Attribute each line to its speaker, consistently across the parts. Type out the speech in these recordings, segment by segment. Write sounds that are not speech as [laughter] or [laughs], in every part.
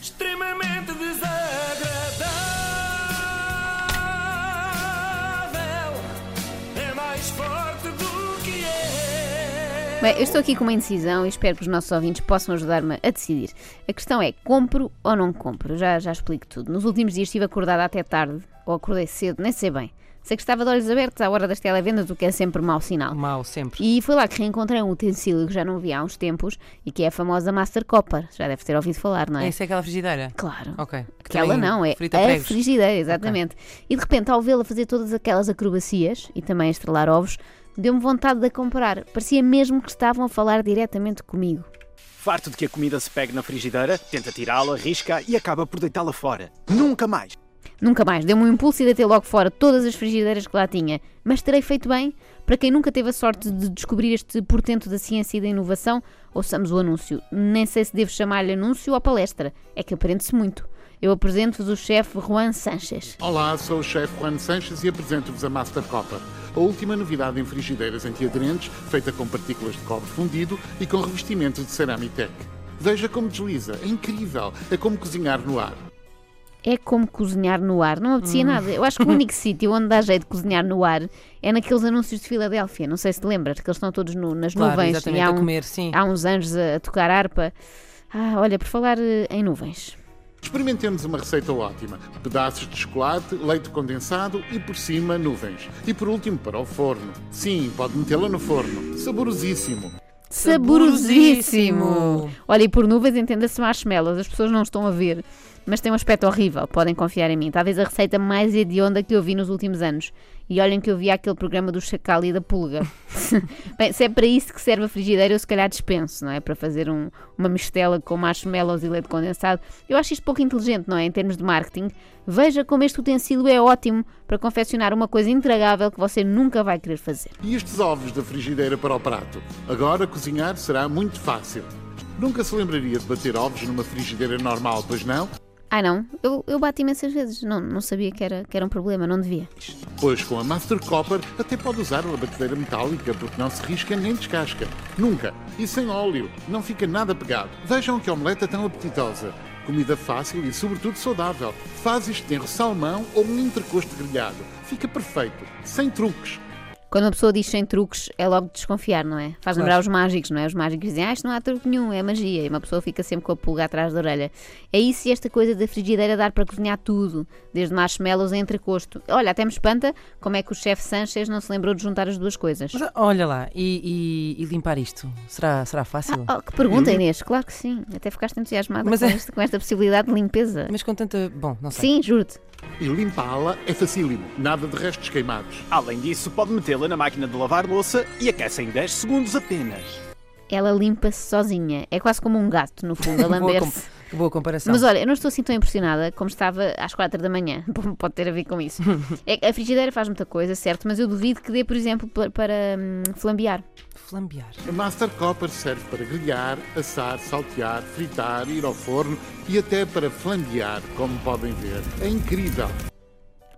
Speaker 1: extremamente desagradável. É mais forte do que eu.
Speaker 2: Bem, eu estou aqui com uma indecisão e espero que os nossos ouvintes possam ajudar-me a decidir. A questão é: compro ou não compro? Já, já explico tudo. Nos últimos dias estive acordada até tarde, ou acordei cedo, nem sei bem. Sei que estava de olhos abertos à hora das televendas, o que é sempre mau sinal.
Speaker 3: Mal, sempre.
Speaker 2: E foi lá que reencontrei um utensílio que já não vi há uns tempos e que é a famosa Master Copper. Já deve ter ouvido falar, não é?
Speaker 3: Essa é aquela frigideira?
Speaker 2: Claro.
Speaker 3: Ok.
Speaker 2: Que ela
Speaker 3: também
Speaker 2: não, é
Speaker 3: Frita
Speaker 2: a
Speaker 3: pregos.
Speaker 2: frigideira, exatamente. E de repente, ao vê-la fazer todas aquelas acrobacias e também a estrelar ovos, deu-me vontade de a comprar. Parecia mesmo que estavam a falar diretamente comigo.
Speaker 4: Farto de que a comida se pegue na frigideira, tenta tirá-la, risca e acaba por deitá-la fora. Nunca mais!
Speaker 2: Nunca mais, deu-me um impulso e deitei logo fora todas as frigideiras que lá tinha. Mas terei feito bem? Para quem nunca teve a sorte de descobrir este portento da ciência e da inovação, ouçamos o anúncio. Nem sei se devo chamar-lhe anúncio ou palestra, é que aprende-se muito. Eu apresento-vos o chefe Juan Sanchez.
Speaker 5: Olá, sou o chefe Juan Sanches e apresento-vos a Master Copper, a última novidade em frigideiras antiaderentes, feita com partículas de cobre fundido e com revestimento de Ceramintec. Veja como desliza, é incrível, é como cozinhar no ar.
Speaker 2: É como cozinhar no ar, não apetecia
Speaker 3: Hum.
Speaker 2: nada. Eu
Speaker 3: [laughs]
Speaker 2: acho que o único sítio onde dá jeito de cozinhar no ar é naqueles anúncios de Filadélfia. Não sei se te lembras, que eles estão todos no- nas
Speaker 3: Claro,
Speaker 2: nuvens e
Speaker 3: exatamente,
Speaker 2: há,
Speaker 3: a
Speaker 2: um-
Speaker 3: comer, sim.
Speaker 2: há uns anjos a, a tocar harpa. Ah, olha, por falar eh, em nuvens.
Speaker 5: Experimentemos uma receita ótima: pedaços de chocolate, leite condensado e por cima nuvens. E por último, para o forno. Sim, pode metê-la no forno. Saborosíssimo!
Speaker 2: Saborosíssimo!
Speaker 3: Saborosíssimo!
Speaker 2: Olha, e por nuvens entenda-se marshmallows, as pessoas não estão a ver, mas tem um aspecto horrível, podem confiar em mim. Talvez a receita mais hedionda que eu vi nos últimos anos. E olhem que eu vi aquele programa do chacal e da pulga. [laughs] Bem, se é para isso que serve a frigideira, eu se calhar dispenso, não é? Para fazer um- uma mistela com marshmallows e leite condensado. Eu acho isto pouco inteligente, não é? Em termos de marketing. Veja como este utensílio é ótimo para confeccionar uma coisa intragável que você nunca vai querer fazer.
Speaker 5: E estes ovos da frigideira para o prato? Agora cozinhar será muito fácil. Nunca se lembraria de bater ovos numa frigideira normal, pois não?
Speaker 2: Ah não, eu, eu bato imensas vezes, não, não sabia que era, que era um problema, não devia.
Speaker 5: Pois com a Master Copper até pode usar uma batedeira metálica porque não se risca nem descasca. Nunca. E sem óleo. Não fica nada pegado. Vejam que omeleta tão apetitosa. Comida fácil e sobretudo saudável. Faz isto de salmão ou um entrecosto grelhado. Fica perfeito. Sem truques.
Speaker 2: Quando uma pessoa diz sem truques, é logo de desconfiar, não é? Faz lembrar
Speaker 3: Claro.
Speaker 2: os mágicos, não é? Os mágicos dizem, ah, isto não há truque nenhum, é magia. E uma pessoa fica sempre com a pulga atrás da orelha. É isso e esta coisa da frigideira dar para cozinhar tudo, desde marshmallows a entrecosto. Olha, até me espanta como é que o chefe Sanchez não se lembrou de juntar as duas coisas.
Speaker 3: Mas olha lá, e, e- e limpar isto? Será, será fácil?
Speaker 2: Oh, que pergunta, Inês? Claro que sim. Até ficaste entusiasmada
Speaker 3: Mas
Speaker 2: com,
Speaker 3: é-
Speaker 2: este- com esta possibilidade de limpeza.
Speaker 3: Mas é- com tanta. Bom, não sei.
Speaker 2: Sim, juro-te.
Speaker 5: E limpá-la é facílimo. Nada de restos queimados.
Speaker 4: Além disso, pode metê-la na máquina de lavar louça e aquece em 10 segundos apenas.
Speaker 2: Ela limpa-se sozinha. É quase como um gato, no fundo, a
Speaker 3: Que [laughs] boa,
Speaker 2: lamber-se.
Speaker 3: com- que boa comparação.
Speaker 2: Mas olha, eu não estou assim tão impressionada como estava às quatro da manhã. [laughs] Bom, Pode ter a ver com isso. É que a frigideira faz muita coisa, certo? Mas eu duvido que dê, por exemplo, pa- para, hum, flambear.
Speaker 3: Flambear.
Speaker 5: A Master Copper serve para grelhar, assar, saltear, fritar, ir ao forno e até para flambear, como podem ver. É incrível.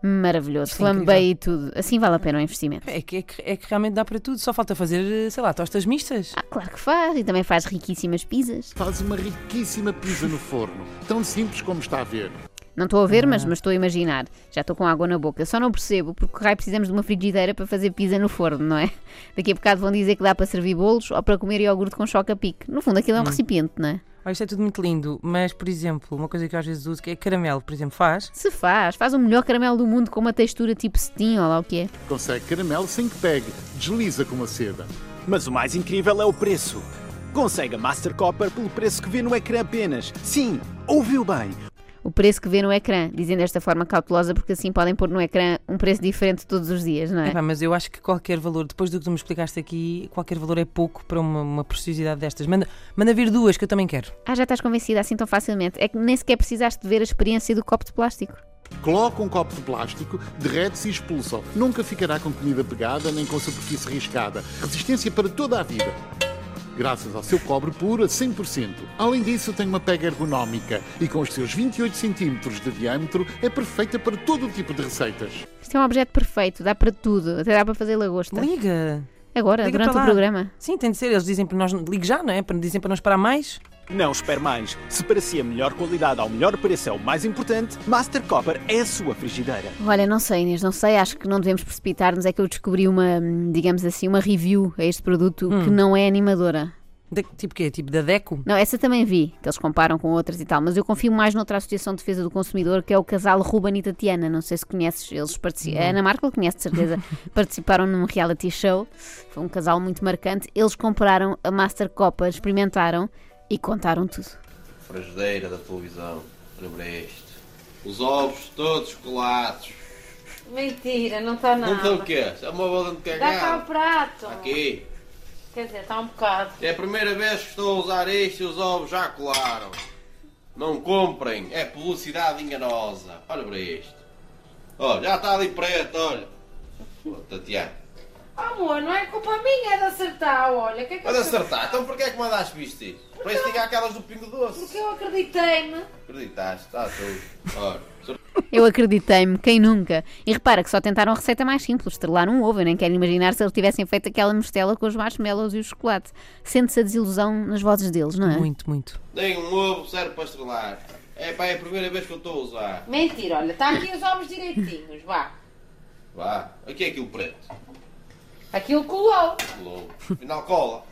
Speaker 2: Maravilhoso.
Speaker 3: Isto é incrível.
Speaker 2: Flambeia e tudo. Assim vale a pena o investimento.
Speaker 3: É que, é, que, é que realmente dá para tudo, só falta fazer, eh, sei lá, tostas mistas.
Speaker 2: Ah, claro que faz. E também faz riquíssimas pizzas.
Speaker 5: Faz uma riquíssima pizza no forno, tão simples como está a ver.
Speaker 2: Não estou a ver, mas, mas estou a imaginar. Já estou com água na boca. Só não percebo porque raio precisamos de uma frigideira para fazer pizza no forno, não é? Daqui a bocado vão dizer que dá para servir bolos ou para comer iogurte com choca-pique. No fundo, aquilo é um recipiente, não é?
Speaker 3: Olha, isto é tudo muito lindo, mas, por exemplo, uma coisa que eu às vezes uso que é caramelo, por exemplo, faz.
Speaker 2: Se faz, faz o melhor caramelo do mundo com uma textura tipo cetim, ou lá o que é.
Speaker 5: Consegue caramelo sem que pegue, desliza com uma seda.
Speaker 4: Mas o mais incrível é o preço. Consegue a Master Copper pelo preço que vê no ecrã apenas. Sim, ouviu bem.
Speaker 2: O preço que vê no ecrã, dizem desta forma cautelosa, porque assim podem pôr no ecrã um preço diferente todos os dias, não é?
Speaker 3: Epá, mas eu acho que qualquer valor, depois do que tu me explicaste aqui, qualquer valor é pouco para uma, uma preciosidade destas. Manda, manda vir duas que eu também quero.
Speaker 2: Ah, já estás convencida assim tão facilmente. É que nem sequer precisaste de ver a experiência do copo de plástico.
Speaker 5: Coloca um copo de plástico, derrete-se e expulsa. Nunca ficará com comida pegada nem com superfície riscada. Resistência para toda a vida. Graças ao seu cobre puro a 100%. Além disso, tem uma pega ergonómica e com os seus 28 centímetros de diâmetro é perfeita para todo o tipo de receitas.
Speaker 2: Isto é um objeto perfeito, dá para tudo, até dá para fazer lagosta.
Speaker 3: Liga!
Speaker 2: Agora,
Speaker 3: Liga
Speaker 2: durante
Speaker 3: para
Speaker 2: o
Speaker 3: lá.
Speaker 2: programa.
Speaker 3: Sim, tem de ser. Eles dizem para nós. Ligue já, não é? Para- Dizem para não esperar mais.
Speaker 4: Não espere mais. Se para si a melhor qualidade ao melhor preço é o mais importante, Master Copper é a sua frigideira.
Speaker 2: Olha, não sei, Inês, não sei, acho que não devemos precipitar-nos. É que eu descobri uma, hum, digamos assim, uma review a este produto
Speaker 3: Hum.
Speaker 2: que não é animadora.
Speaker 3: Da- tipo quê? Tipo da Deco?
Speaker 2: Não, essa também vi, que eles comparam com outras e tal, mas eu confio mais noutra Associação de Defesa do Consumidor, que é o casal Ruben e Tatiana. Não sei se conheces, eles participaram. A Ana Markel conhece de certeza. participaram num reality show, foi um casal muito marcante. Eles compraram a Master Copa, experimentaram e contaram tudo.
Speaker 6: frigideira da televisão, no Brest. Os ovos todos colados.
Speaker 7: Mentira, não está nada.
Speaker 6: Não tem o quê? Isso É uma bola de
Speaker 7: Dá cá o
Speaker 6: cagada.
Speaker 7: prato.
Speaker 6: Aqui.
Speaker 7: Quer dizer, está um bocado.
Speaker 6: É a primeira vez que estou a usar isto e os ovos já colaram. Não comprem. É publicidade enganosa. Olha para isto. Olha, já está ali preto, olha. Ô, Tatiana.
Speaker 7: Oh, amor, não é culpa minha, é de acertar, olha. O Que é que
Speaker 6: Mas
Speaker 7: eu-
Speaker 6: acertar. Então porquê é que mandaste isto? isto? Para estigar aquelas do Pingo
Speaker 7: Porque
Speaker 6: Doce.
Speaker 7: eu acreditei-me.
Speaker 6: Acreditaste, está tudo. Olha.
Speaker 2: Eu acreditei-me, quem nunca? E repara que só tentaram a receita mais simples, estrelar um ovo. Eu nem quero imaginar se eles tivessem feito aquela mostela com os marshmallows e o chocolate. Sente-se a desilusão nas vozes deles, não é?
Speaker 3: Muito, muito.
Speaker 6: Tem um ovo, serve para estrelar. É pá, é a primeira vez que eu estou a usar.
Speaker 7: Mentira, olha, está aqui os ovos direitinhos, vá.
Speaker 6: Vá, o que é aquilo preto?
Speaker 7: Aquilo colou.
Speaker 6: Lobo. Final cola.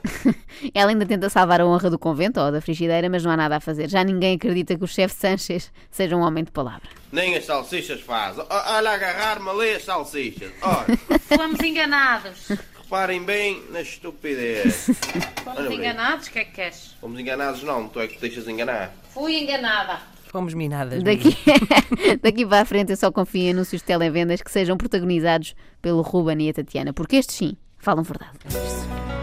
Speaker 2: Ela ainda tenta salvar a honra do convento ou da frigideira, mas não há nada a fazer. Já ninguém acredita que o chefe Sanchez seja um homem de palavra.
Speaker 6: Nem as salsichas faz. O- Olha, agarrar-me ali as salsichas. Olha,
Speaker 7: Fomos enganados.
Speaker 6: reparem bem na estupidez. Olha
Speaker 7: Fomos
Speaker 6: bem.
Speaker 7: enganados, o que é que queres?
Speaker 6: Fomos enganados, não. Tu é que te deixas enganar.
Speaker 7: Fui enganada.
Speaker 3: Fomos minadas. mesmo.
Speaker 2: Daqui, [laughs] daqui para a frente eu só confio em anúncios de televendas que sejam protagonizados pelo Ruben e a Tatiana, porque estes sim falam verdade.
Speaker 1: É